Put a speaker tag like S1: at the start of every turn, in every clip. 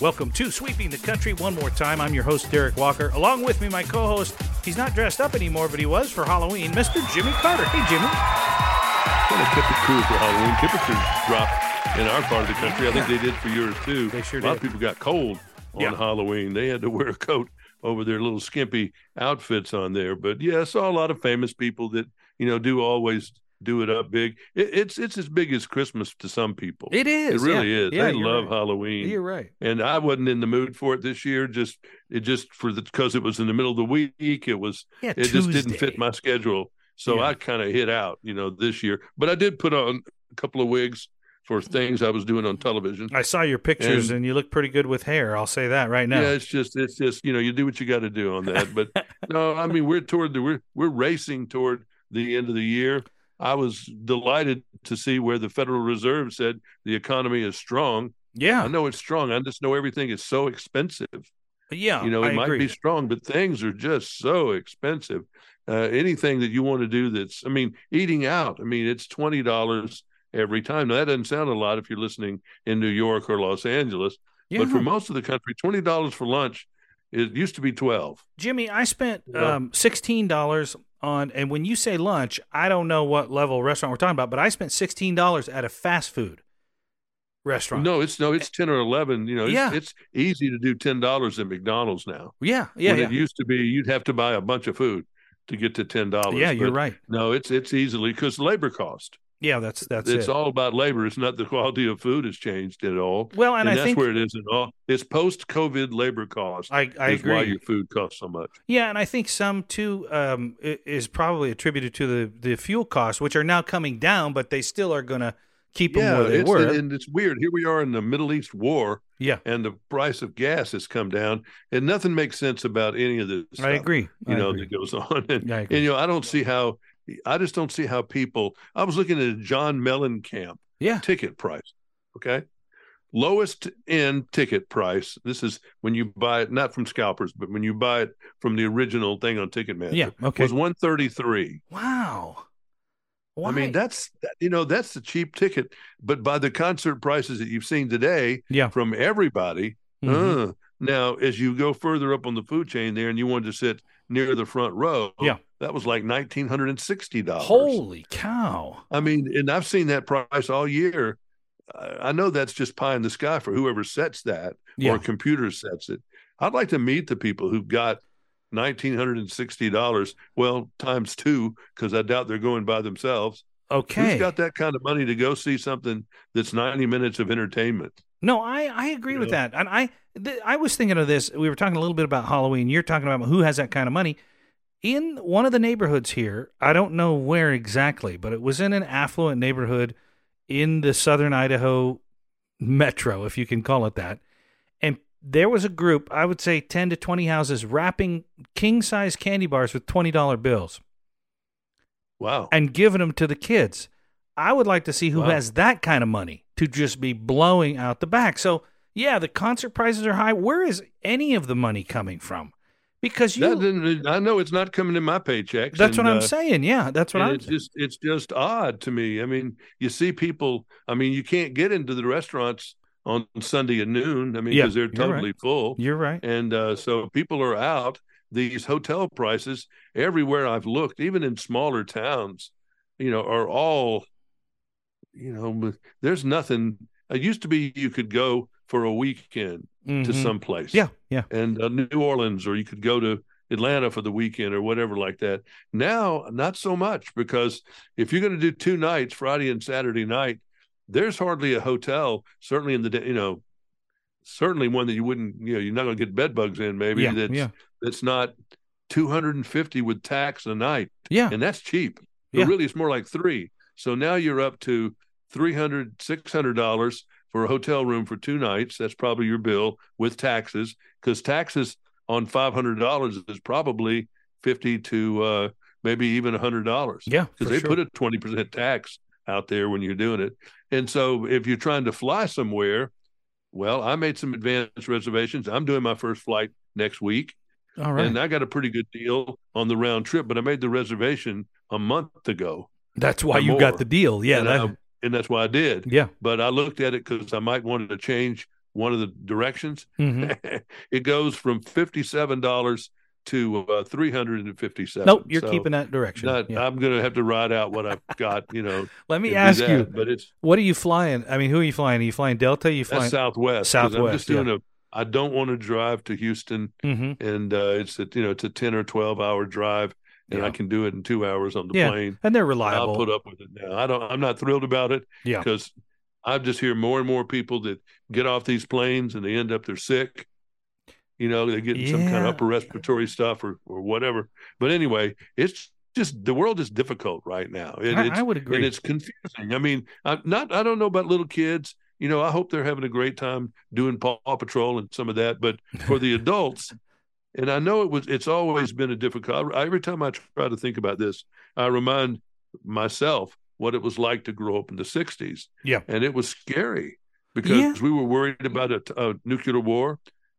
S1: Welcome to Sweeping the Country one more time. I'm your host, Derek Walker. Along with me, my co host, he's not dressed up anymore, but he was for Halloween, Mr. Jimmy Carter. Hey, Jimmy.
S2: Kind of kept it cool for Halloween. Temperatures dropped in our part of the country. I think they did for yours too.
S1: They sure
S2: A lot of
S1: did.
S2: people got cold on
S1: Yeah.
S2: Halloween. They had to wear a coat over their little skimpy outfits on there. But yeah, I saw a lot of famous people that you know do always do it up big. It, it's it's as big as Christmas to some people.
S1: It is.
S2: really
S1: yeah.
S2: is.
S1: Yeah,
S2: they
S1: you're
S2: love
S1: right.
S2: Halloween.
S1: You're right.
S2: and I wasn't in the mood for it this year. Just it just for the because it was in the middle of the week. It was
S1: Yeah,
S2: it just didn't
S1: Tuesday.
S2: fit my schedule, so
S1: Yeah.
S2: I kind of hit out, you know, this year. But I did put on a couple of wigs for things I was doing on television.
S1: I saw your pictures, and,
S2: And-
S1: you look pretty good with hair. I'll say that right now.
S2: Yeah, it's just it's just you know you do what you got to do on that. But no, I mean we're toward the we're we're racing toward the end of the year. I was delighted to see where the Federal Reserve said the economy is strong. I
S1: yeah,
S2: know it's strong. I just know everything is so expensive.
S1: yeah.
S2: you know
S1: I
S2: it might
S1: agree.
S2: be strong but things are just so expensive uh, anything that you want to do that's i mean eating out i mean it's $20 every time now that doesn't sound a lot if you're listening in new york or los angeles
S1: Yeah.
S2: but for most of the country $20 for lunch it used to be 12
S1: Jimmy, I spent
S2: Yeah.
S1: um, sixteen dollars on, and when you say lunch, I don't know what level restaurant we're talking about, but I spent sixteen dollars at a fast food restaurant.
S2: no it's no it's 10 or 11 you know it's,
S1: Yeah.
S2: it's easy to do $10 at mcdonald's now
S1: yeah, yeah,
S2: when
S1: yeah.
S2: it used to be you'd have to buy a bunch of food to get to $10
S1: yeah you're
S2: But
S1: right.
S2: no it's it's easily because labor cost
S1: Yeah, that's that's
S2: it's
S1: it.
S2: all about labor. It's not the quality of food has changed at all.
S1: well, and,
S2: And,
S1: I
S2: that's
S1: think
S2: where it is at all. It's post COVID labor cost
S1: I I
S2: is why your
S1: agree.
S2: food costs so much.
S1: Yeah, and I think some too um, i- is probably attributed to the the fuel costs, which are now coming down, but they still are going to keep them where they
S2: it's,
S1: were.
S2: and it's weird. Here we are in the Middle East war,
S1: yeah,
S2: and the price of gas has come down, and nothing makes sense about any of this.
S1: I
S2: stuff,
S1: agree.
S2: You
S1: I
S2: know
S1: agree.
S2: that goes on, and,
S1: Yeah, I
S2: and
S1: agree.
S2: you know I don't see how. I just don't see how people. I was looking at a John Mellencamp
S1: yeah,
S2: ticket price. Okay. Lowest end ticket price. This is when you buy it not from scalpers, but when you buy it from the original thing on Ticketmaster.
S1: yeah. Okay.
S2: Was one thirty three.
S1: Wow.
S2: I
S1: Why?
S2: mean, that's you know that's the cheap ticket, but by the concert prices that you've seen today
S1: yeah.
S2: from everybody.
S1: Mhm.
S2: uh, now, as you go further up on the food chain there, and you wanted to sit near the front row,
S1: Yeah.
S2: that was like nineteen hundred and sixty dollars.
S1: Holy cow.
S2: I mean, and I've seen that price all year. I I know that's just pie in the sky for whoever sets that
S1: Yeah.
S2: or computer sets it. I'd like to meet the people who've got nineteen hundred and sixty dollars. Well, times two, because I doubt they're going by themselves.
S1: okay.
S2: Who's got that kind of money to go see something that's ninety minutes of entertainment?
S1: no, I I agree
S2: You
S1: with that. And I th- I was thinking of this. We were talking a little bit about Halloween. You're talking about who has that kind of money. In one of the neighborhoods here, I don't know where exactly, but it was in an affluent neighborhood in the southern Idaho metro, if you can call it that. And there was a group, I would say 10 to 20 houses, wrapping king size candy bars with $20 bills.
S2: Wow.
S1: and giving them to the kids. I would like to see who
S2: Wow.
S1: has that kind of money to just be blowing out the back. So, yeah, the concert prices are high. Where is any of the money coming from? Because
S2: that
S1: you
S2: didn't, I know it's not coming in my paychecks.
S1: That's
S2: and,
S1: what I'm
S2: uh,
S1: saying. Yeah, that's what
S2: and
S1: I'm
S2: it's just it's just odd to me. I mean, you see people. I mean, you can't get into the restaurants on Sunday at noon. I mean,
S1: Yeah,
S2: because they're
S1: you're right.
S2: totally full,
S1: You're right.
S2: and uh, so people are out. These hotel prices everywhere I've looked, even in smaller towns, you know, are all, you know, there's nothing. It used to be you could go for a weekend to
S1: Mhm.
S2: some place
S1: Yeah, yeah.
S2: and uh, New Orleans, or you could go to Atlanta for the weekend or whatever like that. Now, not so much because if you're going to do two nights, Friday and Saturday night, there's hardly a hotel, certainly in the day, you know, certainly one that you wouldn't, you know, you're not going to get bed bugs in. Maybe
S1: yeah,
S2: that's
S1: yeah.
S2: that's not 250 with tax a night,
S1: Yeah.
S2: and that's cheap.
S1: Yeah.
S2: But really, it's more like three. So now you're up to 300 600 dollars for a hotel room for two nights. That's probably your bill with taxes, because taxes on five hundred dollars is probably fifty to uh, maybe even hundred dollars
S1: Yeah.
S2: because
S1: for
S2: they
S1: sure.
S2: put a 20% tax out there when you're doing it. And so if you're trying to fly somewhere, well, I made some advance reservations. I'm doing my first flight next week,
S1: All right.
S2: and I got a pretty good deal on the round trip, but I made the reservation a month ago.
S1: that's why
S2: and
S1: you
S2: more.
S1: got the deal. Yeah.
S2: and,
S1: that-
S2: I- and that's why I did.
S1: yeah.
S2: But I looked at it because I might want to change one of the directions,
S1: Mhm.
S2: it goes from fifty-seven dollars to uh, three hundred and fifty-seven.
S1: Nope, you're
S2: So
S1: keeping that direction.
S2: not-
S1: Yeah.
S2: I'm going to have to ride out what I've got. You know,
S1: Let
S2: and
S1: me
S2: do
S1: ask
S2: that,
S1: you,
S2: but it's
S1: what are you flying? I mean, who are you flying? Are you flying Delta? Are you
S2: that's
S1: flying?
S2: Southwest. 'cause I'm
S1: Southwest,
S2: just doing a. I don't want to drive to Houston
S1: hmm
S2: and uh, it's a you know it's a ten or twelve hour drive, and
S1: Yeah.
S2: I can do it in two hours on the
S1: Yeah,
S2: plane.
S1: And they're
S2: I'll
S1: reliable.
S2: put up with it now. I don't. I'm not thrilled about it
S1: Yeah.
S2: because I just hear more and more people that get off these planes and they end up they're sick. You know, they're getting some kind
S1: Yeah.
S2: of upper respiratory stuff or or whatever. But anyway, it's just the world is difficult right now. It,
S1: I,
S2: it's,
S1: I would
S2: and
S1: agree.
S2: it's confusing. I mean, I'm not I don't know about little kids. You know, I hope they're having a great time doing Paw Patrol and some of that. But for the adults, and I know it was it's always been a difficult. I- Every time I try to think about this, I remind myself what it was like to grow up in the '60s.
S1: Yeah.
S2: and it was scary because
S1: Yeah.
S2: we were worried about a, a nuclear war.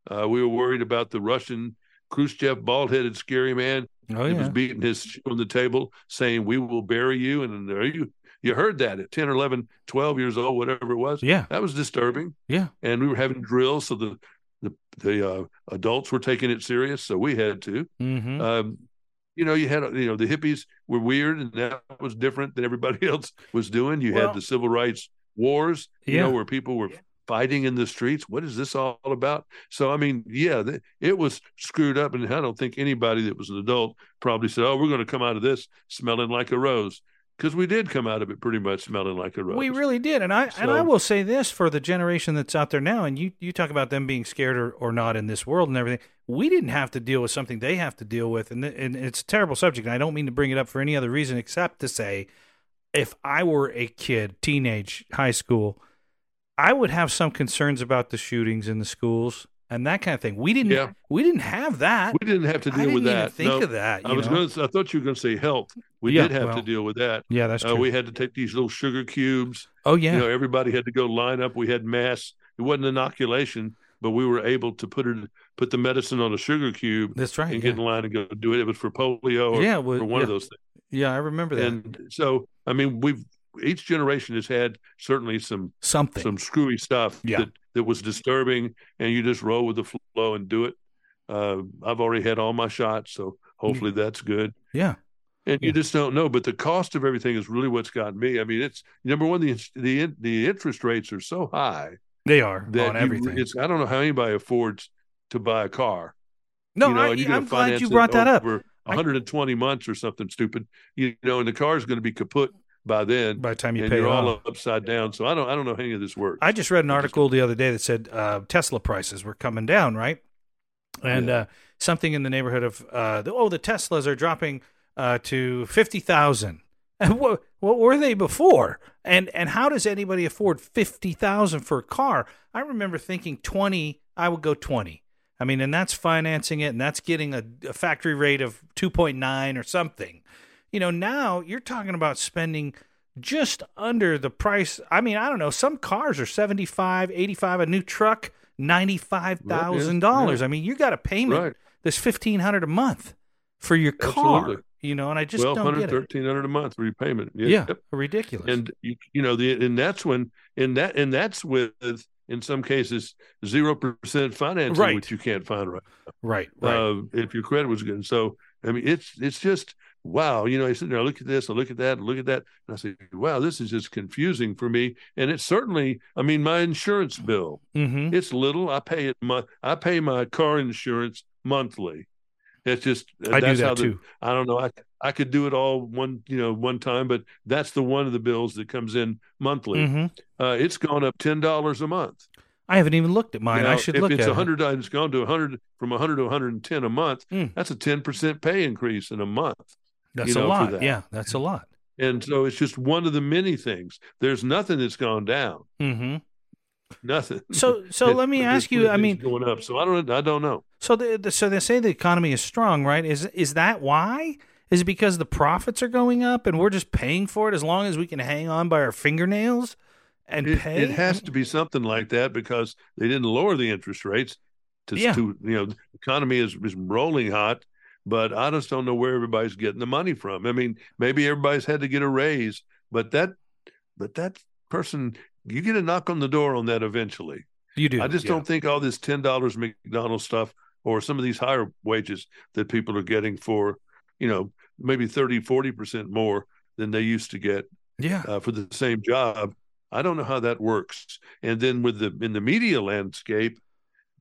S2: Uh, we were worried about the Russian Khrushchev, bald-headed, scary man
S1: Oh
S2: he was
S1: yeah.
S2: beating his shoe on the table saying we will bury you and there you you heard that at 10 or 11 12 years old whatever it was
S1: Yeah.
S2: that was disturbing
S1: Yeah.
S2: and we were having drills so the the, the uh, adults were taking it serious so we had to
S1: hmm
S2: um, you know you had you know the hippies were weird and that was different than everybody else was doing you
S1: Well-
S2: had the civil rights wars you know
S1: Yeah.
S2: where people were fighting in the streets what is this all about so i mean yeah th- it was screwed up and i don't think anybody that was an adult probably said oh we're going to come out of this smelling like a rose because we did come out of it pretty much smelling like a rose
S1: We really did, and I and I
S2: So-
S1: will say this for the generation that's out there now, and you you talk about them being scared or, or not in this world and everything. We didn't have to deal with something they have to deal with, and th- and it's a terrible subject. And I don't mean to bring it up for any other reason except to say, if I were a kid, teenage, high school, I would have some concerns about the shootings in the schools and that kind of thing. We didn't
S2: Yeah.
S1: we didn't have that.
S2: we didn't have to
S1: I
S2: deal
S1: didn't
S2: with
S1: even
S2: that
S1: think
S2: No,
S1: of that.
S2: i
S1: you
S2: was
S1: know?
S2: going to i thought you were going to say health we
S1: Yeah,
S2: did have
S1: well,
S2: to deal with that
S1: yeah, that's true.
S2: uh, we had to take these little sugar cubes
S1: oh yeah,
S2: you know everybody had to go line up we had masks it wasn't inoculation but we were able to put it put the medicine on a sugar cube
S1: that's right.
S2: and
S1: yeah.
S2: get in line and go do it it was for polio or
S1: yeah, well,
S2: for one
S1: yeah,
S2: of those things
S1: yeah, I remember that.
S2: and so i mean we've each generation has had certainly some
S1: Something.
S2: some screwy stuff
S1: Yeah.
S2: that that was disturbing and you just roll with the flow and do it uh, i've already had all my shots so hopefully that's good
S1: yeah.
S2: and
S1: Yeah.
S2: you just don't know. But the cost of everything is really what's gotten me. I mean, it's number one. The the the interest rates are so high
S1: They are
S2: that
S1: on
S2: you-
S1: everything.
S2: it's I don't know how anybody affords to buy a car.
S1: no,
S2: you know, and
S1: I,
S2: you're gonna
S1: I'm glad
S2: finance
S1: you
S2: it
S1: brought that up.
S2: over
S1: I-
S2: 120 months or something stupid. You know, and the car's going to be kaput by then,
S1: By the time you
S2: and
S1: pay it
S2: you're all
S1: off.
S2: upside down. So I don't I don't know how any of this works.
S1: I just read an
S2: It just-
S1: article the other day that said uh, Tesla prices were coming down, right? And
S2: Yeah.
S1: uh, something in the neighborhood of uh, the, oh, the Teslas are dropping uh, to fifty thousand. And what what were they before? And and how does anybody afford fifty thousand for a car? I remember thinking twenty. I would go twenty. I mean, and that's financing it, and that's getting a, a factory rate of two point nine or something. You know, now you're talking about spending just under the price. I mean, I don't know. Some cars are 75, 85, a new truck, $95,000.
S2: Right, yeah,
S1: I mean, you got a payment
S2: Right.
S1: that's 1500 a month for your car,
S2: Absolutely.
S1: you know, and I just
S2: Twelve
S1: don't
S2: hundred,
S1: get it.
S2: thirteen hundred a month repayment.
S1: Yeah,
S2: Yep.
S1: ridiculous.
S2: and you, you know the and that's when and that and that's with in some cases zero percent financing
S1: Right.
S2: which you can't find right,
S1: right, right.
S2: Uh, if your credit was good so i mean it's it's just wow you know i sit there I look at this i look at that I look at that and i say wow this is just confusing for me and it's certainly i mean my insurance bill
S1: mhm.
S2: it's little i pay it mon- i pay my car insurance monthly that's just
S1: I do
S2: that's how
S1: that
S2: the-
S1: too.
S2: I don't know. I I could do it all one you know one time, but that's the one of the bills that comes in monthly.
S1: Mhm.
S2: Uh, it's gone up ten dollars a month.
S1: I haven't even looked at mine.
S2: Now,
S1: I should
S2: if
S1: look
S2: it's
S1: at it.
S2: hundred. It's gone to hundred from hundred to hundred and ten a month.
S1: Mm.
S2: That's a ten percent pay increase in a month.
S1: That's
S2: you know,
S1: a
S2: for
S1: lot.
S2: that.
S1: Yeah, that's a lot.
S2: And so it's just one of the many things. There's nothing that's gone down.
S1: Mhm.
S2: Nothing.
S1: So so
S2: Mm-hmm. It-
S1: let me
S2: but there's
S1: ask you, I
S2: things
S1: mean,
S2: going up. So I don't. I don't know.
S1: So the, the so they say the economy is strong, right? Is is that why? Is it because the profits are going up and we're just paying for it as long as we can hang on by our fingernails and
S2: It,
S1: pay?
S2: it has to be something like that because they didn't lower the interest rates to,
S1: Yeah.
S2: to you know the economy is, is rolling hot but i just don't know where everybody's getting the money from i mean maybe everybody's had to get a raise but that but that person you get a knock on the door on that eventually
S1: You do.
S2: I just
S1: yeah.
S2: don't think all this ten dollars McDonald's stuff or some of these higher wages that people are getting for, you know, maybe 30, 40 percent more than they used to get
S1: Yeah.
S2: uh, for the same job. I don't know how that works. And then with the in the media landscape,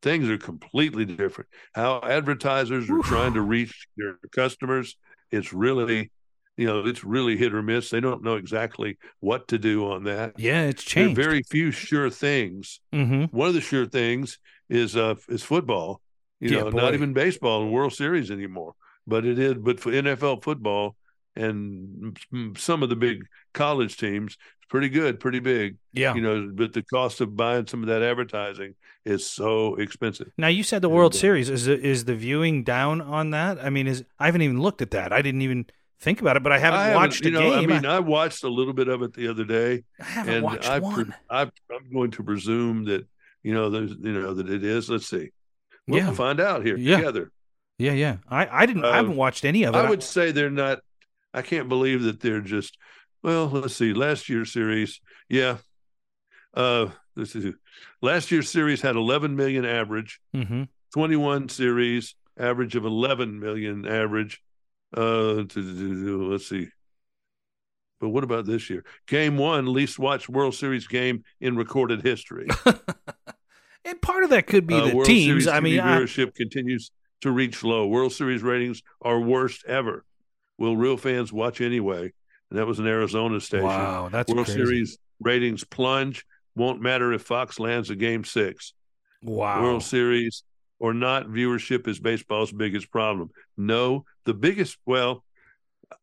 S2: things are completely different. How advertisers are
S1: Oof.
S2: trying to reach their customers, it's really, you know, it's really hit or miss. They don't know exactly what to do on that.
S1: Yeah, it's
S2: There are
S1: changed.
S2: very few sure things
S1: mm-hmm.
S2: one of the sure things is uh is football. You
S1: Yeah,
S2: know,
S1: boy.
S2: not even baseball and World Series anymore. But it is. But for NFL football and mm, some of the big college teams, it's pretty good, pretty big.
S1: Yeah.
S2: You know, but the cost of buying some of that advertising is so expensive.
S1: Now you said the
S2: And,
S1: World
S2: uh,
S1: Series is the, is the viewing down on that? I mean, is I haven't even looked at that. I didn't even think about it, but I haven't, watched
S2: you
S1: a
S2: know,
S1: game.
S2: I mean, I watched a little bit of it the other day.
S1: I haven't watched
S2: I pre-
S1: one.
S2: I, I'm going to presume that you know, there's you know that it is. Let's see. We'll
S1: Yeah.
S2: find out here
S1: Yeah.
S2: together.
S1: yeah, yeah. I, I didn't. I
S2: Uh,
S1: haven't watched any of it.
S2: I would say they're not. I can't believe that they're just. Well, let's see. Last year's series, yeah. Uh, this is last year's series had 11 million average.
S1: hmm
S2: 21 series average of 11 million average. Uh, to- to- to- let's see. But what about this year? Game one, least watched World Series game in recorded history.
S1: And part of that could be
S2: Uh,
S1: the
S2: World
S1: teams.
S2: Series
S1: I
S2: TV
S1: mean, I-
S2: viewership continues to reach low. World Series ratings are worst ever. Will real fans watch anyway? And that was an Arizona station.
S1: wow, that's
S2: World
S1: crazy.
S2: Series ratings plunge. Won't matter if Fox lands a game six.
S1: Wow.
S2: World Series or not, viewership is baseball's biggest problem. No, the biggest. Well,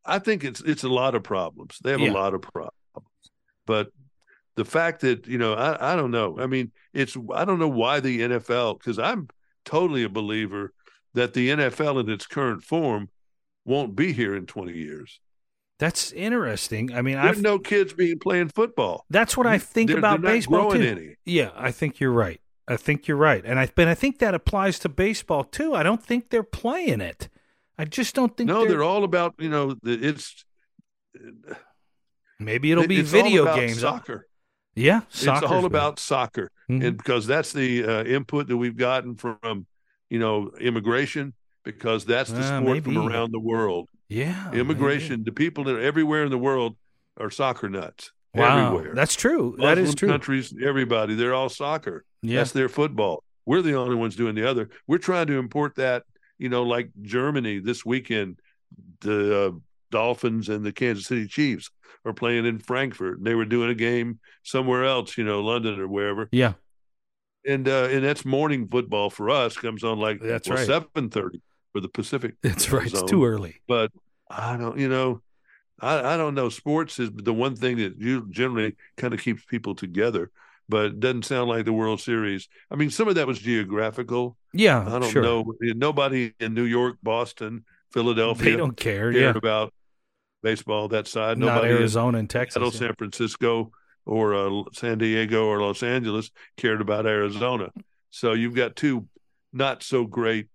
S2: I think it's it's a lot of problems. They have
S1: Yeah.
S2: a lot of problems, but the fact that you know, I I don't know. I mean, it's I don't know why the NFL because I'm totally a believer that the NFL in its current form won't be here in 20 years.
S1: That's interesting. I mean,
S2: There are
S1: I
S2: no kids being playing football.
S1: that's what I think
S2: They're-
S1: about
S2: they're not
S1: baseball
S2: growing
S1: too.
S2: any.
S1: Yeah, I think you're right. I think you're right, and I but I think that applies to baseball too. I don't think they're playing it. I just don't think.
S2: No,
S1: they're,
S2: they're, all about you know. the- It's
S1: maybe it'll be
S2: it's all
S1: video
S2: about
S1: games.
S2: Soccer.
S1: Yeah, soccer's
S2: it's all
S1: been-
S2: about soccer.
S1: Mhm.
S2: and because that's the uh, input that we've gotten from you know immigration because that's the
S1: Ah,
S2: sport from
S1: maybe.
S2: around the world
S1: yeah, maybe.
S2: immigration the people that are everywhere in the world are soccer nuts
S1: Wow,
S2: everywhere
S1: that's true. That is
S2: Muslim
S1: true.
S2: countries everybody they're all soccer
S1: Yeah,
S2: that's their football we're the only ones doing the other we're trying to import that you know like germany this weekend the uh, dolphins and the kansas city chiefs are playing in frankfurt and they were doing a game somewhere else you know london or wherever
S1: yeah,
S2: and uh, and that's morning football for us comes on like
S1: That's
S2: well,
S1: right.
S2: seven thirty for the Pacific.
S1: that's right. It's
S2: zone.
S1: too early.
S2: But I don't, you know, I I don't know. Sports is the one thing that you generally kind of keeps people together, but it doesn't sound like the World Series. I mean, some of that was geographical.
S1: Yeah,
S2: I don't
S1: Oh, sure.
S2: know. Nobody in New York, Boston, Philadelphia
S1: They don't care.
S2: cared
S1: Yeah,
S2: about baseball that side.
S1: not
S2: Nobody in
S1: Arizona and Texas.
S2: Seattle,
S1: yeah.
S2: San Francisco, or uh, San Diego or Los Angeles cared about Arizona. So you've got two not so great,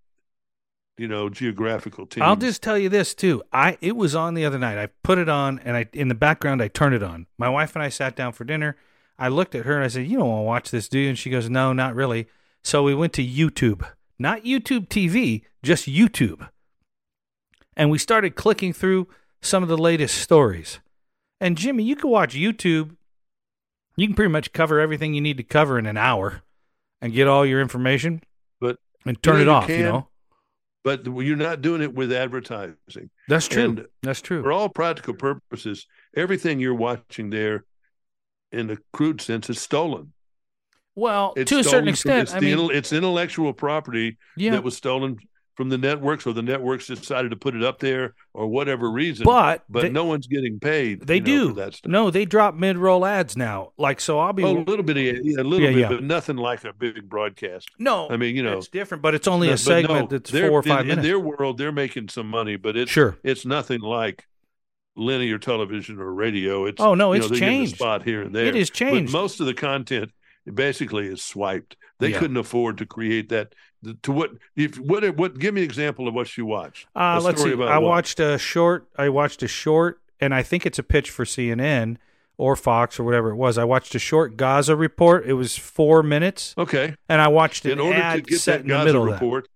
S2: you know, geographical teams.
S1: I'll just tell you this too. I it was on the other night. I put it on and I in the background I turned it on. My wife and I sat down for dinner. I looked at her and I said, "You don't want to watch this, do you?" And she goes, "No, not really." So we went to YouTube. Not YouTube TV, just YouTube. And we started clicking through some of the latest stories. And Jimmy, you can watch YouTube. You can pretty much cover everything you need to cover in an hour and get all your information
S2: But-
S1: and turn
S2: Yeah,
S1: it
S2: you
S1: off, you
S2: can.
S1: know.
S2: but you're not doing it with advertising.
S1: That's true.
S2: And
S1: That's true.
S2: For all practical purposes, everything you're watching there, in the crude sense, is stolen.
S1: Well,
S2: It's
S1: to a
S2: stolen
S1: certain
S2: from-
S1: extent,
S2: it's,
S1: I
S2: the
S1: mean,
S2: intel- it's intellectual property
S1: yeah,
S2: that was stolen from the networks, or the networks decided to put it up there, or whatever reason.
S1: but
S2: but
S1: they,
S2: no one's getting paid.
S1: they
S2: you know,
S1: do
S2: for that stuff.
S1: no, they drop mid-roll ads now. Like, so I'll be
S2: Oh, a little bit, yeah, yeah, a little
S1: Yeah,
S2: bit,
S1: yeah.
S2: but nothing like a big broadcast.
S1: no.
S2: I mean, you know,
S1: it's different, but it's only a
S2: no, but no,
S1: segment that's
S2: they're-
S1: four or five
S2: in,
S1: minutes.
S2: In their world, they're making some money, but it's
S1: sure.
S2: it's nothing like linear television or radio. It's
S1: Oh no,
S2: you know,
S1: it's
S2: they're getting a
S1: changed.
S2: spot here and there.
S1: It is changed.
S2: But most of the content basically is swiped. They
S1: Yeah.
S2: couldn't afford to create that. To what? If what? What? Give me an example of what you watched.
S1: Uh,
S2: a
S1: let's
S2: story
S1: see.
S2: about
S1: I
S2: what?
S1: watched a short. I watched a short, and I think it's a pitch for CNN or Fox or whatever it was. I watched a short Gaza report. It was four minutes,
S2: Okay.
S1: and I watched an
S2: in order
S1: ad
S2: to get
S1: set
S2: that
S1: in the
S2: Gaza
S1: middle
S2: report,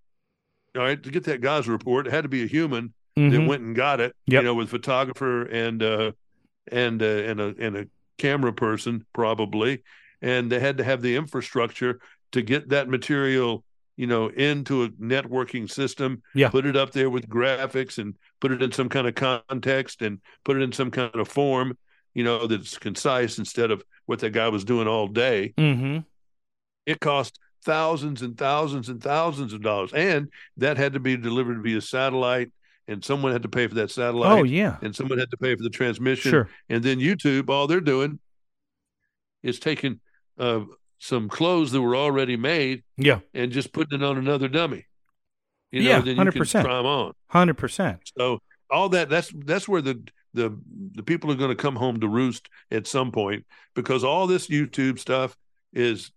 S2: all right, to get that Gaza report, it had to be a human
S1: of that. Mhm.
S2: that went and got it.
S1: Yep.
S2: You know, with photographer and uh, and uh, and a and a camera person probably, and they had to have the infrastructure to get that material. You know, into a networking system,
S1: Yeah.
S2: put it up there with graphics and put it in some kind of context and put it in some kind of form, you know, that's concise instead of what that guy was doing all day
S1: Mm-hmm.
S2: it cost thousands and thousands and thousands of dollars and that had to be delivered via satellite and someone had to pay for that satellite
S1: Oh yeah,
S2: and someone had to pay for the transmission
S1: sure.
S2: and then youtube all they're doing is taking uh, some clothes that were already made
S1: Yeah,
S2: and just putting it on another dummy you
S1: Yeah,
S2: know then you can
S1: 100%.
S2: try 'em on
S1: hundred percent.
S2: so all that that's that's where the the the people are going to come home to roost at some point because all this YouTube stuff is.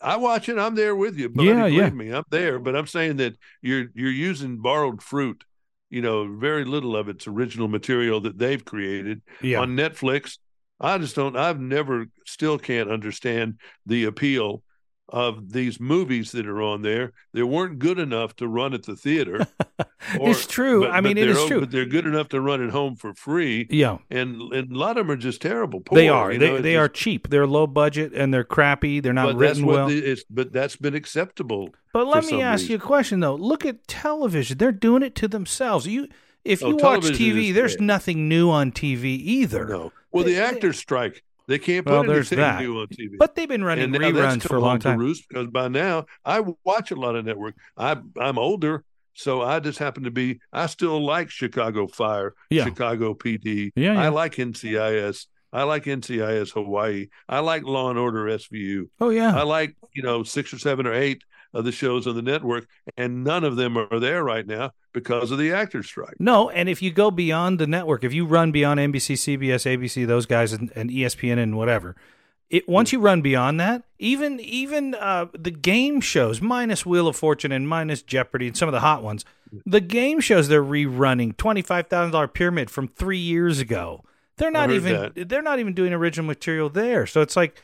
S2: I watch it. I'm there with you. Buddy,
S1: Yeah,
S2: believe
S1: yeah.
S2: me, I'm there. But I'm saying that you're you're using borrowed fruit. You know, very little of its original material that they've created
S1: Yeah,
S2: on Netflix. I just don't. I've never, still can't understand the appeal of these movies that are on there. They weren't good enough to run at the theater. or-
S1: it's true.
S2: but-
S1: I
S2: but
S1: mean, it
S2: they're
S1: is
S2: o-
S1: true.
S2: But they're good enough to run at home for free,
S1: yeah,
S2: and and a lot of them are just terrible. Poor,
S1: they are.
S2: you
S1: They
S2: know, it's
S1: they are
S2: just-
S1: cheap. They're low budget and they're crappy. They're
S2: But
S1: not
S2: that's
S1: written
S2: what
S1: well.
S2: the- it's, but that's been acceptable.
S1: But let
S2: for
S1: me
S2: some
S1: ask you
S2: reason.
S1: a question though. Look at television; they're doing it to themselves. You, if
S2: Oh,
S1: you watch
S2: television
S1: TV,
S2: is
S1: there's
S2: bad.
S1: nothing new on TV either.
S2: No, well,
S1: They-
S2: the actors strike. They can't put
S1: Well, there's
S2: anything
S1: that.
S2: new on TV.
S1: But they've been running
S2: and now that's
S1: reruns
S2: come
S1: for a long
S2: home to
S1: time.
S2: roost because by now I watch a lot of network. I I'm older, so I just happen to be. I still like Chicago Fire,
S1: Yeah.
S2: Chicago PD.
S1: Yeah, yeah.
S2: I like NCIS. I like NCIS Hawaii. I like Law and Order SVU.
S1: Oh
S2: I
S1: yeah,
S2: like, you know, six or seven or eight of the shows on the network, and none of them are there right now because of the actors' strike.
S1: no. And if you go beyond the network, if you run beyond NBC, CBS, ABC, those guys, and, E and ESPN, and whatever, it once you run beyond that, even even uh, the game shows, minus Wheel of Fortune and minus Jeopardy and some of the hot ones, the game shows they're rerunning twenty five thousand dollar pyramid from three years ago. They're not
S2: heard
S1: even they're not even doing original material there. So it's like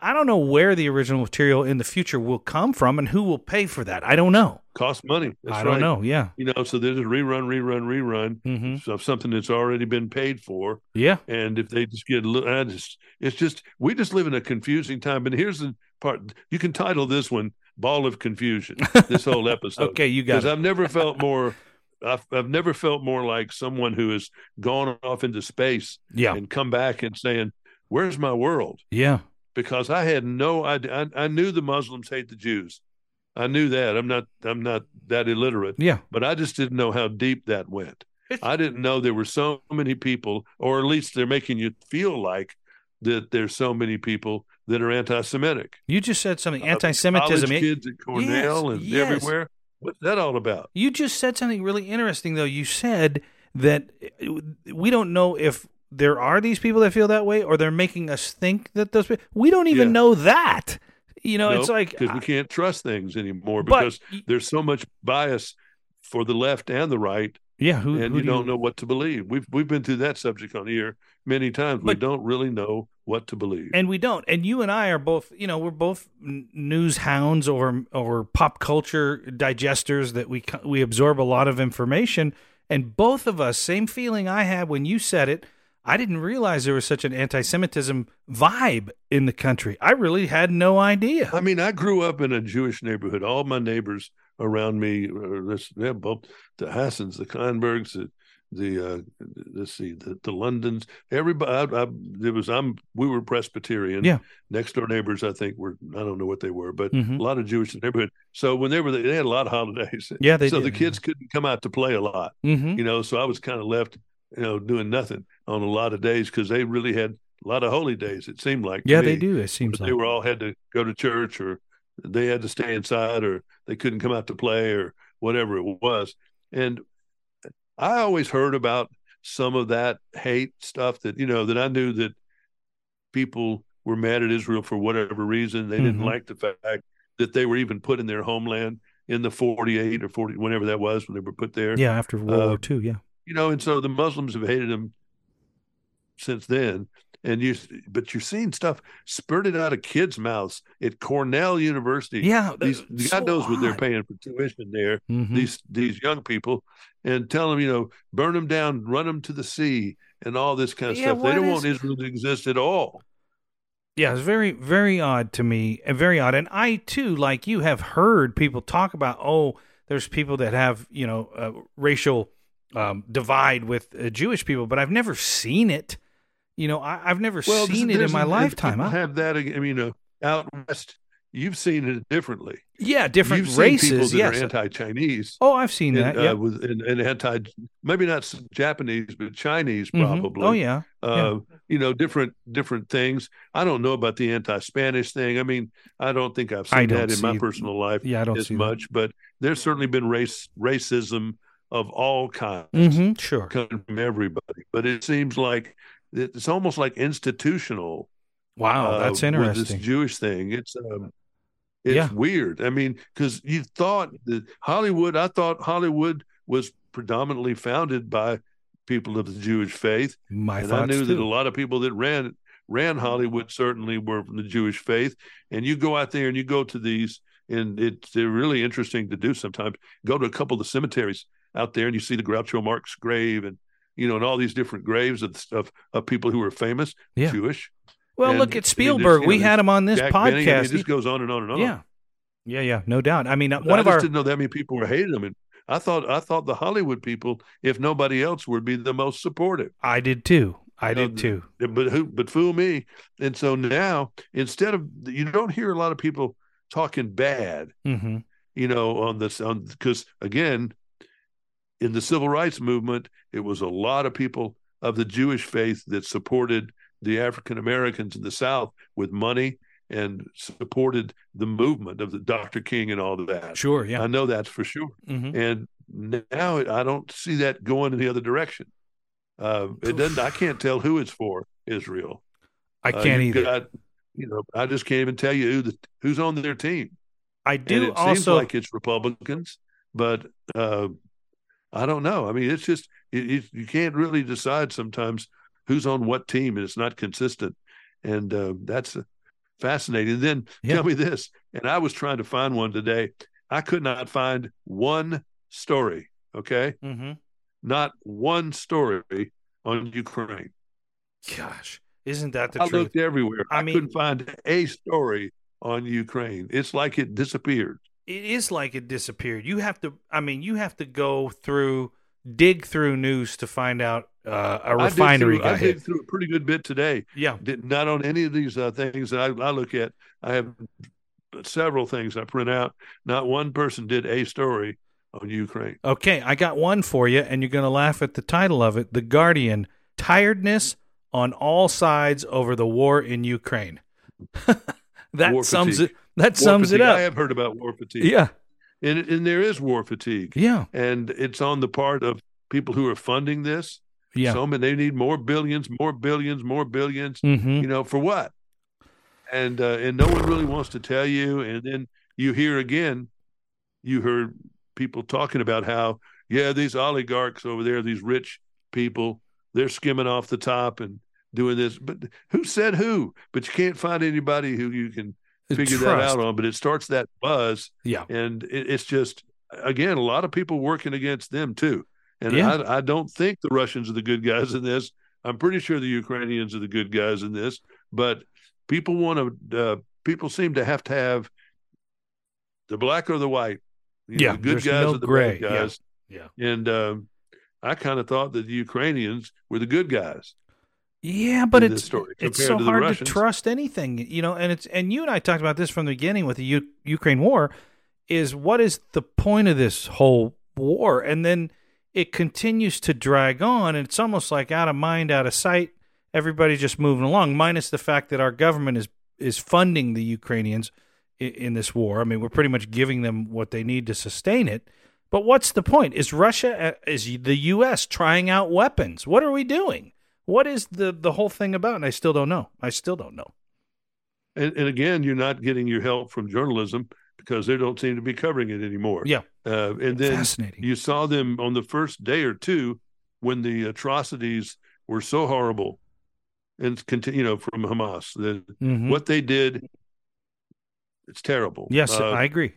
S1: I don't know where the original material in the future will come from and who will pay for that. I don't know.
S2: Costs money. That's
S1: I don't
S2: right.
S1: know. Yeah.
S2: You know, so there's a rerun, rerun, rerun
S1: hmm
S2: of something that's already been paid for.
S1: Yeah.
S2: And if they just get, a little- I just, it's just, we just live in a confusing time. And here's the part you can title this one "Ball of Confusion." This whole episode.
S1: Okay, you got
S2: because
S1: it.
S2: I've never felt more. I've, I've never felt more like someone who has gone off into space
S1: Yeah.
S2: and come back and saying, "Where's my world?"
S1: Yeah.
S2: Because I had no idea. I, I knew the Muslims hate the Jews. I knew that. I'm not. I'm not that illiterate.
S1: Yeah.
S2: But I just didn't know how deep that went.
S1: It's-
S2: I didn't know there were so many people, or at least they're making you feel like that there's so many people that are anti-Semitic.
S1: You just said something
S2: Uh,
S1: anti-Semitism.
S2: College
S1: It-
S2: kids at Cornell and
S1: eh? yes.
S2: everywhere. What's that all about?
S1: You just said something really interesting, though. You said that uh, we don't know if there are these people that feel that way, or they're making us think that those. People, we don't even
S2: Yeah.
S1: know that. You know, it's like, uh,
S2: because we can't trust things anymore
S1: but
S2: because there's so much bias for the left and the right,
S1: yeah, who,
S2: and
S1: who
S2: you
S1: do
S2: don't know what to believe. We've we've been through that subject on here many times. we
S1: But-
S2: don't really know what to believe.
S1: and we don't. And you and I are both, you know, we're both n- news hounds or or pop culture digesters that we co- we absorb a lot of information. And both of us, same feeling I had when you said it. I didn't realize there was such an anti-Semitism vibe in the country. I really had no idea.
S2: I mean, I grew up in a Jewish neighborhood. All my neighbors around me, are this, yeah, both the Hassans, the Kleinbergs, the, the uh, let's see, the, the Londons. Everybody, I, I, there was. I'm. We were Presbyterian.
S1: Yeah.
S2: Next door neighbors, I think were. I don't know what they were, but
S1: Mhm.
S2: a lot of Jewish in the neighborhood. So when they were, there, they had a lot of holidays.
S1: Yeah, they
S2: so
S1: did.
S2: the kids couldn't come out to play a lot
S1: Mm-hmm.
S2: you know so i was kind of left you know doing nothing on a lot of days because they really had a lot of holy days it seemed like to
S1: Yeah, they
S2: me.
S1: do. It seems
S2: but
S1: like
S2: they were all had to go to church or they had to stay inside or they couldn't come out to play or whatever it was and i always heard about some of that hate stuff that you know that i knew that people were mad at israel for whatever reason they didn't
S1: Mhm.
S2: like the fact that they were even put in their homeland in the 48 or 40 whenever that was when they were put there
S1: yeah after World
S2: uh,
S1: War II. Yeah,
S2: you know, and so the Muslims have hated him since then. and you but you're seeing stuff spurted out of kids' mouths at Cornell University.
S1: Yeah,
S2: These
S1: that's
S2: God
S1: so
S2: knows what they're
S1: odd.
S2: paying for tuition there.
S1: Mhm.
S2: These these young people, and tell them you know burn them down, run them to the sea, and all this kind of
S1: Yeah,
S2: stuff. They
S1: what
S2: don't
S1: is-
S2: want Israel to exist at all.
S1: Yeah, it's very, very odd to me, and very odd. And I too, like you, have heard people talk about, oh, there's people that have, you know, uh, racial um, divide with uh, Jewish people, but I've never seen it. You know, I, I've never seen
S2: there's-
S1: it in my
S2: there's-
S1: lifetime.
S2: people
S1: I-
S2: have that? I mean, uh, out west, you've seen it differently.
S1: yeah, different
S2: you've seen people
S1: races.
S2: that
S1: Yes.
S2: are anti-Chinese.
S1: oh, I've seen
S2: And,
S1: that.
S2: uh,
S1: yeah.
S2: with, and, and anti, maybe not s- Japanese, but Chinese
S1: Mhm.
S2: probably.
S1: Oh yeah.
S2: Uh, you know, different different things. I don't know about the anti-Spanish thing. I mean, I don't think I've
S1: I
S2: seen
S1: don't
S2: that in my
S1: see-
S2: personal life
S1: Yeah, I don't
S2: as
S1: see
S2: much. But there's certainly been race racism of all kinds
S1: that. hmm Sure.
S2: coming from everybody. But it seems like it's almost like institutional
S1: Wow,
S2: uh,
S1: Oh, that's
S2: With this
S1: interesting.
S2: Jewish thing, it's um, it's
S1: Yeah.
S2: weird. I mean, because you thought that Hollywood, I thought Hollywood was predominantly founded by people of the Jewish faith,
S1: My
S2: and I
S1: thoughts
S2: knew
S1: too.
S2: that a lot of people that ran ran Hollywood certainly were from the Jewish faith. And you go out there and you go to these, and it's they're really interesting to do sometimes. Go to a couple of the cemeteries out there, and you see the Groucho Marx grave, and you know, and all these different graves of of, of people who were famous,
S1: Yeah.
S2: Jewish.
S1: well,
S2: and,
S1: look
S2: I mean,
S1: at
S2: there's,
S1: Spielberg.
S2: you know,
S1: we had him on this
S2: Jack
S1: podcast.
S2: Benny, I mean, it just goes on and on and on.
S1: yeah. Yeah, yeah, no doubt. I mean, uh,
S2: I
S1: one of
S2: just
S1: our
S2: didn't know that many people were hating him, and I thought I thought the Hollywood people, if nobody else, would be the most supportive.
S1: I did too. I
S2: You know,
S1: did
S2: Oh, the-
S1: too.
S2: But who? But fool me. And so now, instead of you don't hear a lot of people talking bad,
S1: hmm
S2: you know, on this on because again, in the civil rights movement, it was a lot of people of the Jewish faith that supported the African Americans in the South with money and supported the movement of the Dr. King and all of that.
S1: Sure. Yeah.
S2: I know that's for sure.
S1: hmm
S2: And now I don't see that going in the other direction. Uh, it doesn't. I can't tell who it's for. Israel.
S1: I
S2: Uh,
S1: can't
S2: you've
S1: either.
S2: got- you know, I just can't even tell you who the, who's on their team.
S1: I
S2: And
S1: do
S2: it seems
S1: also.
S2: like it's Republicans, but uh, I don't know. I mean, it's just it, it, you can't really decide sometimes who's on what team, and it's not consistent. And uh, that's fascinating. Then
S1: Yeah.
S2: tell me this, and I was trying to find one today. I could not find one story. Okay,
S1: Mhm.
S2: not one story on Ukraine.
S1: Gosh, isn't that the
S2: I
S1: truth?
S2: looked everywhere.
S1: I
S2: I,
S1: mean-
S2: couldn't find a story on Ukraine. It's like it disappeared.
S1: It is like it disappeared. You have to. I mean, you have to go through, dig through news to find out uh, a
S2: I dig
S1: refinery
S2: through-
S1: got
S2: I
S1: hit.
S2: dig through a pretty good bit today.
S1: Yeah.
S2: did not on any of these uh, things that I, I look at. I have several things I print out. Not one person did a story on Ukraine.
S1: Okay, I got one for you, and you're going to laugh at the title of it: "The Guardian: Tiredness on All Sides Over the War in Ukraine." that
S2: War
S1: sums
S2: fatigue.
S1: it. That
S2: War
S1: sums it
S2: fatigue. I
S1: up.
S2: have heard about war fatigue.
S1: Yeah.
S2: And, and there is war fatigue.
S1: Yeah.
S2: And it's on the part of people who are funding this.
S1: Yeah.
S2: So many- they need more billions, more billions, more 1000000000s
S1: mm-hmm.
S2: you know, for what? And uh, and no one really wants to tell you. And then you hear again, you heard people talking about how yeah, these oligarchs over there, these rich people, they're skimming off the top and doing this. But who said who? But you can't find anybody who you can figure that
S1: Trust.
S2: out on. But it starts that buzz,
S1: Yeah.
S2: and it, it's just again a lot of people working against them too. And
S1: Yeah.
S2: I, I don't think the Russians are the good guys in this. I'm pretty sure the Ukrainians are the good guys in this. But people want to. Uh, people seem to have to have the black or the white. You know,
S1: Yeah,
S2: the good
S1: there's
S2: guys
S1: no
S2: or the
S1: gray.
S2: bad guys.
S1: Yeah,
S2: And um, I kind of thought that the Ukrainians were the good guys.
S1: Yeah, but
S2: in
S1: it's
S2: this story
S1: it's
S2: compared
S1: so
S2: to the
S1: hard
S2: Russians.
S1: to trust anything, you know. And it's and you and I talked about this from the beginning with the U- Ukraine war. Is what is the point of this whole war? And then it continues to drag on, and it's almost like out of mind, out of sight. Everybody's just moving along, minus the fact that our government is is funding the Ukrainians in, in this war. I mean, we're pretty much giving them what they need to sustain it. But what's the point? Is Russia, uh, is the U.S. trying out weapons? What are we doing? What is the the whole thing about? And I still don't know. I still don't know.
S2: And, and again, you're not getting your help from journalism because they don't seem to be covering it anymore.
S1: Yeah.
S2: Uh, and then
S1: Fascinating.
S2: you saw them on the first day or two when the atrocities were so horrible and continue, you know, from Hamas. The,
S1: Mhm.
S2: What they did, it's terrible.
S1: Yes,
S2: Uh,
S1: I agree.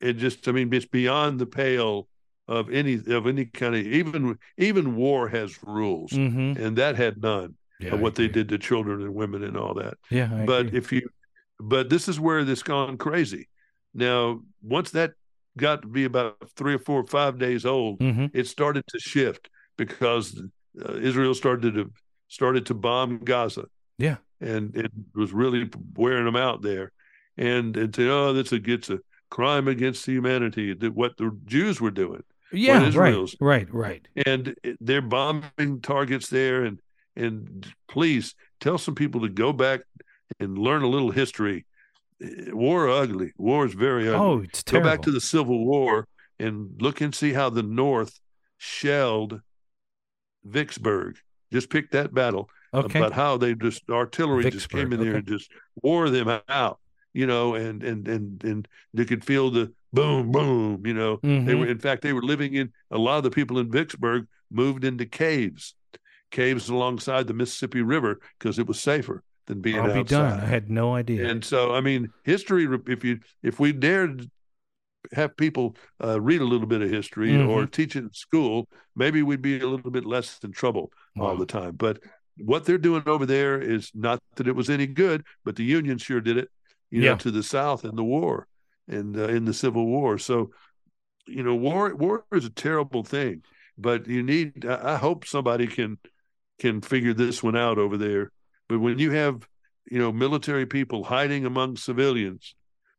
S2: it just, I mean, it's beyond the pale of any of any kind of even even war has rules,
S1: hmm
S2: and that had none
S1: Yeah,
S2: of what
S1: I
S2: they
S1: agree.
S2: did to children and women and all that.
S1: Yeah, I
S2: but
S1: agree.
S2: if you but this is where this gone crazy now once that got to be about three or four or five days old
S1: Mhm.
S2: it started to shift because uh, israel started to started to bomb gaza
S1: Yeah.
S2: and it was really wearing them out there and and say oh this is it's a crime against humanity that what the jews were doing
S1: yeah, right,
S2: Israel's-
S1: right, right.
S2: and it- they're bombing targets there and and please tell some people to go back and learn a little history Eh, war ugly war is very ugly
S1: Oh, it's
S2: go
S1: terrible.
S2: back to the civil war and look and see how the north shelled vicksburg just pick that battle
S1: okay.
S2: about how they just artillery just
S1: Vicksburg,
S2: came in there
S1: okay.
S2: and just wore them out you know and and and and they could feel the boom boom you know they
S1: Mhm.
S2: were, in fact, they were living in a lot of the people in Vicksburg moved into caves, caves alongside the Mississippi River because it was safer than being
S1: I'll be
S2: outside.
S1: done. I had no idea.
S2: And so, I mean, history. If you if we dared have people uh, read a little bit of history
S1: Mhm.
S2: or teach it in school, maybe we'd be a little bit less in trouble all
S1: Wow.
S2: the time. But what they're doing over there is not that it was any good, but the Union sure did it, you
S1: Yeah.
S2: know, to the South in the war and uh, in the Civil War. So, you know, war war is a terrible thing, but you need. I, I hope somebody can can figure this one out over there. But when you have you know military people hiding among civilians,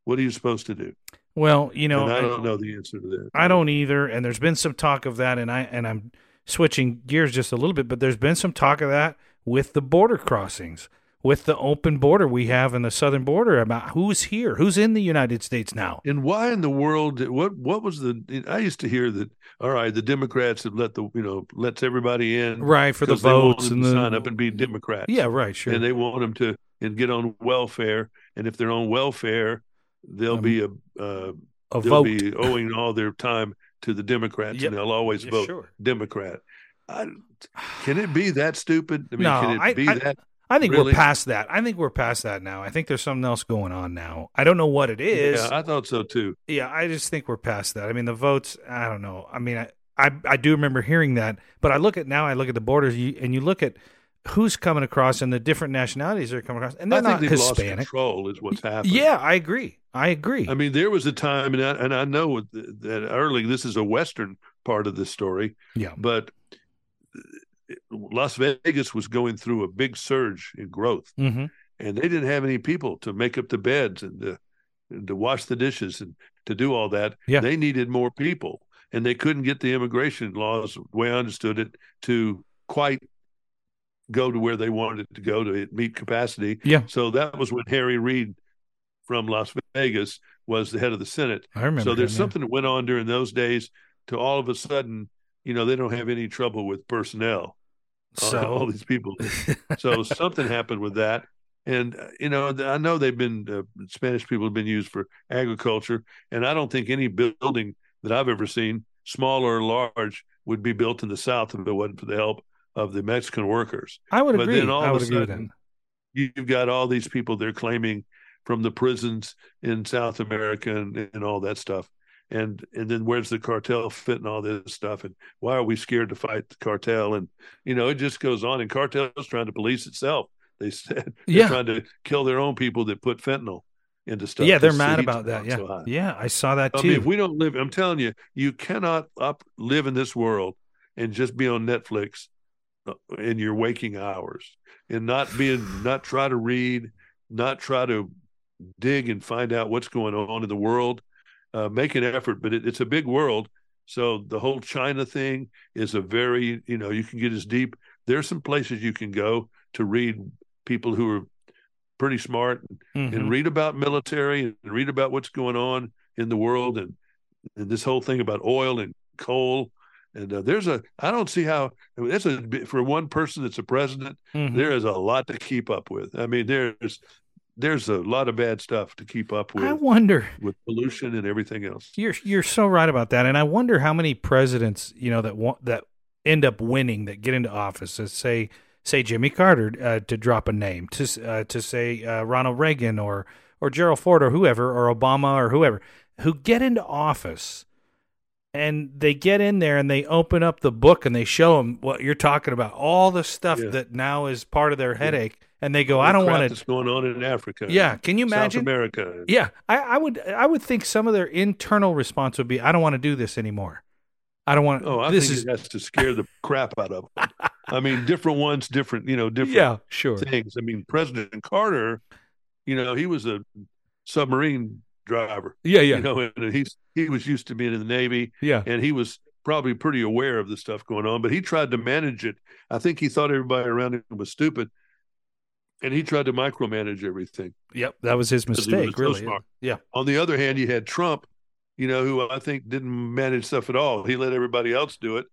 S2: what are you supposed to do?
S1: well, you know,
S2: and I don't know the answer to that.
S1: I don't either. And there's been some talk of that, and I and I'm switching gears just a little bit, but there's been some talk of that with the border crossings, with the open border we have in the southern border about who's here, who's in the United States now.
S2: And why in the world? What what was the? I used to hear that. All right, the Democrats have let the you know lets everybody in
S1: Right for the
S2: 'cause they want
S1: votes
S2: them
S1: and
S2: to
S1: the
S2: sign up and be Democrats.
S1: yeah, right, sure.
S2: and they want them to and get on welfare. And if they're on welfare, they'll
S1: Um,
S2: be a uh,
S1: a
S2: they'll
S1: vote.
S2: be owing all their time to the Democrats,
S1: Yep.
S2: and they'll always
S1: Yeah,
S2: vote
S1: sure.
S2: Democrat. I, can it be that stupid? I mean,
S1: No,
S2: can it
S1: I-
S2: be
S1: I-
S2: that?
S1: I think we're
S2: Really?
S1: past that. I think we're past that now. I think there's something else going on now. I don't know what it is.
S2: yeah, I thought so too.
S1: Yeah, I just think we're past that. I mean, the votes. I don't know. I mean, I I, I do remember hearing that, but I look at now. I look at the borders, you, and you look at who's coming across and the different nationalities are coming across, and they're
S2: I
S1: not
S2: think they've lost
S1: Hispanic.
S2: control. Is what's happening.
S1: Yeah, I agree. I agree.
S2: I mean, there was a time, and I, and I know th- that early. This is a Western part of this story,
S1: yeah.
S2: but Las Vegas was going through a big surge in growth,
S1: Mm-hmm.
S2: and they didn't have any people to make up the beds and to, and to wash the dishes and to do all that.
S1: Yeah.
S2: They needed more people, and they couldn't get the immigration laws, the way I understood it, to quite go to where they wanted it to go to meet capacity.
S1: Yeah.
S2: So that was when Harry Reid from Las Vegas was the head of the Senate.
S1: I remember.
S2: So
S1: him,
S2: there's
S1: yeah.
S2: something that went on during those days to all of a sudden, you know, they don't have any trouble with personnel. all- all
S1: So
S2: these people. So something happened with that. And uh, you know, th- I know they've been uh, Spanish people have been used for agriculture, and I don't think any building that I've ever seen, small or large, would be built in the South if it wasn't for the help of the Mexican workers
S1: I would
S2: but
S1: agree.
S2: then all
S1: I
S2: of
S1: would
S2: a
S1: agree with that.
S2: sudden, you- you've got all these people they're claiming from the prisons in South America and, and all that stuff. And and then where's the cartel fit in all this stuff? And why are we scared to fight the cartel? And you know, it just goes on. And cartel's trying to police itself. They said they're
S1: Yeah.
S2: trying to kill their own people that put fentanyl into stuff.
S1: Yeah, they're
S2: because the
S1: mad
S2: heat's
S1: about that.
S2: gone
S1: Yeah.
S2: so high.
S1: yeah, I saw that
S2: I
S1: too.
S2: mean, if we don't live, I'm telling you, you cannot up live in this world and just be on Netflix uh, in your waking hours and not being, not try to read, not try to dig and find out what's going on in the world. Uh, make an effort, but it, it's a big world. So the whole China thing is a very, you know, you can get as deep. There's some places you can go to read people who are pretty smart
S1: Mhm.
S2: and read about military and read about what's going on in the world and and this whole thing about oil and coal and uh, there's a I don't see how I mean, that's a for one person that's a president
S1: Mhm.
S2: there is a lot to keep up with. I mean there's there's a lot of bad stuff to keep up with
S1: I wonder.
S2: with pollution and everything else.
S1: You're you're so right about that, and I wonder how many presidents you know that want that end up winning that get into office that say say Jimmy Carter uh, to drop a name to uh, to say uh, Ronald Reagan or or Gerald Ford or whoever or Obama or whoever who get into office and they get in there and they open up the book and they show them what you're talking about all the stuff
S2: Yeah. that
S1: that now is part of their headache and they go
S2: All the
S1: I don't
S2: crap
S1: want to
S2: That's going on in Africa.
S1: yeah can you
S2: South
S1: imagine
S2: America.
S1: yeah, I, I would I would think some of their internal response would be, I don't want to do this anymore. I don't want.
S2: Oh, I
S1: this
S2: think
S1: is
S2: it has to scare the crap out of them. I mean, different ones, different, you know, different
S1: yeah, sure.
S2: things. I mean, President Carter, you know, he was a submarine driver,
S1: Yeah, yeah,
S2: you know, and he's he was used to being in the Navy,
S1: yeah,
S2: and he was probably pretty aware of the stuff going on, but he tried to manage it. I think he thought everybody around him was stupid, and he tried to micromanage everything.
S1: yep. That was his
S2: Because he was
S1: mistake,
S2: so
S1: really.
S2: smart.
S1: Yeah,
S2: On the other hand, you had Trump, you know, who I think didn't manage stuff at all. He let everybody else do it,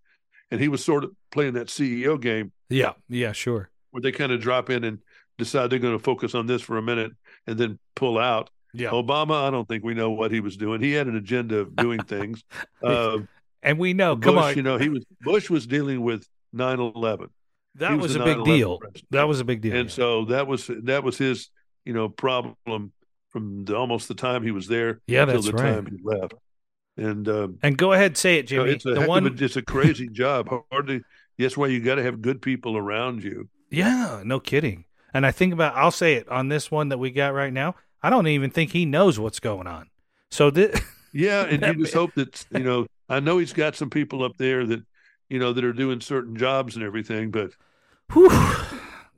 S2: and he was sort of playing that CEO game
S1: yeah, yeah, sure.
S2: where they kind of drop in and decide they're going to focus on this for a minute and then pull out.
S1: Yeah,
S2: Obama, I don't think we know what he was doing. He had an agenda of doing things. Uh,
S1: and we know.
S2: Bush,
S1: come on,
S2: you know, he was Bush was dealing with 9/11.
S1: that
S2: he
S1: was,
S2: was
S1: a
S2: the
S1: big
S2: 9/11
S1: deal.
S2: president.
S1: That was a big deal.
S2: and so that was that was his, you know, problem from the, almost the time he was there
S1: yeah,
S2: till
S1: that's
S2: the
S1: right.
S2: time he left. And um
S1: And go ahead, say it,
S2: No,
S1: Jimmy.
S2: it's a
S1: the
S2: heck of
S1: one,
S2: a- it's a crazy job. Hard to. That's why you got to have good people around you.
S1: yeah, no kidding. And I think about, I'll say it on this one that we got right now. I don't even think he knows what's going on. So this,
S2: Yeah, and
S1: That
S2: you just hope that you know. I know he's got some people up there that you know that are doing certain jobs and everything, but
S1: whew,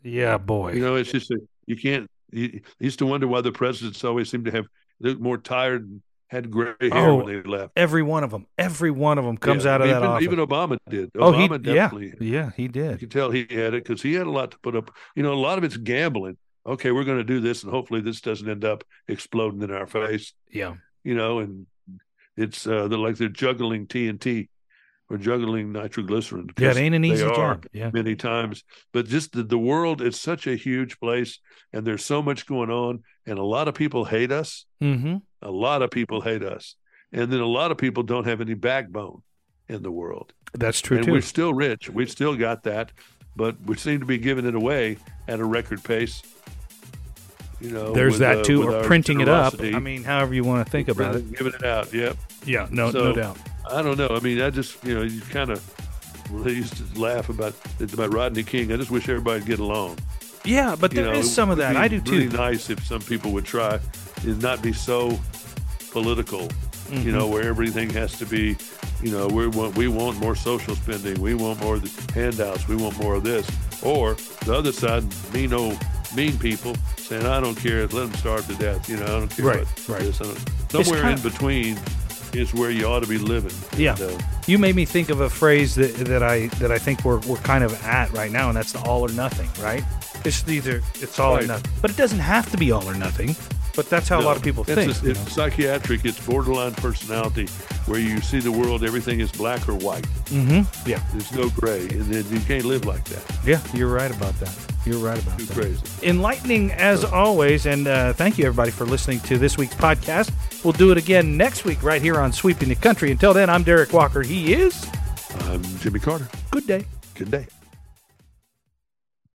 S1: yeah, boy.
S2: you know it's just a, you can't. You, I used to wonder why the presidents always seem to have they're more tired and had gray hair
S1: Oh,
S2: when they left.
S1: Every one of them. Every one of them comes
S2: Yeah,
S1: out of
S2: even,
S1: that office.
S2: Even Obama did.
S1: Oh, he-
S2: Obama
S1: yeah.
S2: definitely.
S1: yeah, he
S2: You
S1: did.
S2: could tell he had it because he had a lot to put up. You know, a lot of it's gambling. Okay, we're going to do this, and hopefully this doesn't end up exploding in our face.
S1: Yeah,
S2: you know, and it's uh, they're like they're juggling TNT or juggling nitroglycerin.
S1: yeah, it
S2: because
S1: ain't an
S2: they
S1: easy
S2: are
S1: job. Yeah,
S2: Many times, but just the, the world is such a huge place, and there's so much going on, and a lot of people hate us.
S1: mm-hmm.
S2: A lot of people hate us, and then a lot of people don't have any backbone in the world.
S1: that's true
S2: and
S1: too.
S2: we're still rich. We've still got that, but we seem to be giving it away at a record pace. You know,
S1: There's
S2: with,
S1: that
S2: uh,
S1: too,
S2: with
S1: or
S2: our
S1: printing it up.
S2: generosity.
S1: I mean, however you want to think about it.
S2: Giving it out, yep.
S1: Yeah, no, no
S2: So-
S1: doubt.
S2: I don't know. I mean, I just you know, you kind of well, they used to laugh about about Rodney King. I just wish everybody'd get along.
S1: Yeah, but
S2: You
S1: there is
S2: know,
S1: some of
S2: It would
S1: that.
S2: be
S1: I do
S2: Really
S1: too.
S2: nice if some people would try and not be so political.
S1: Mm-hmm.
S2: You know, where everything has to be. You know, we want we want more social spending. We want more of the handouts. We want more of this. Or the other side, mean old mean people saying, "I don't care. Let them starve to death." You know, I don't care.
S1: Right,
S2: about
S1: right.
S2: This. I don't- Somewhere in
S1: kind of-
S2: between is where you ought to be living.
S1: Yeah.
S2: And, uh,
S1: You made me think of a phrase that, that I that I think we're we're kind of at right now, and that's the all or nothing, right? It's either it's all or
S2: Right.
S1: nothing, but it doesn't have to be all or nothing. But that's how a lot of people
S2: it's
S1: think.
S2: just-
S1: you
S2: it's
S1: know?
S2: psychiatric. It's borderline personality, where you see the world, everything is black or white.
S1: yeah,
S2: There's no gray, and then you can't live like that.
S1: yeah, you're right about that. You're right about
S2: Too
S1: that.
S2: crazy.
S1: enlightening as always. And uh, thank you, everybody, for listening to this week's podcast. We'll do it again next week right here on Sweeping the Country. Until then, I'm Derek Walker. He is.
S2: I'm Jimmy Carter.
S1: Good day.
S2: Good day.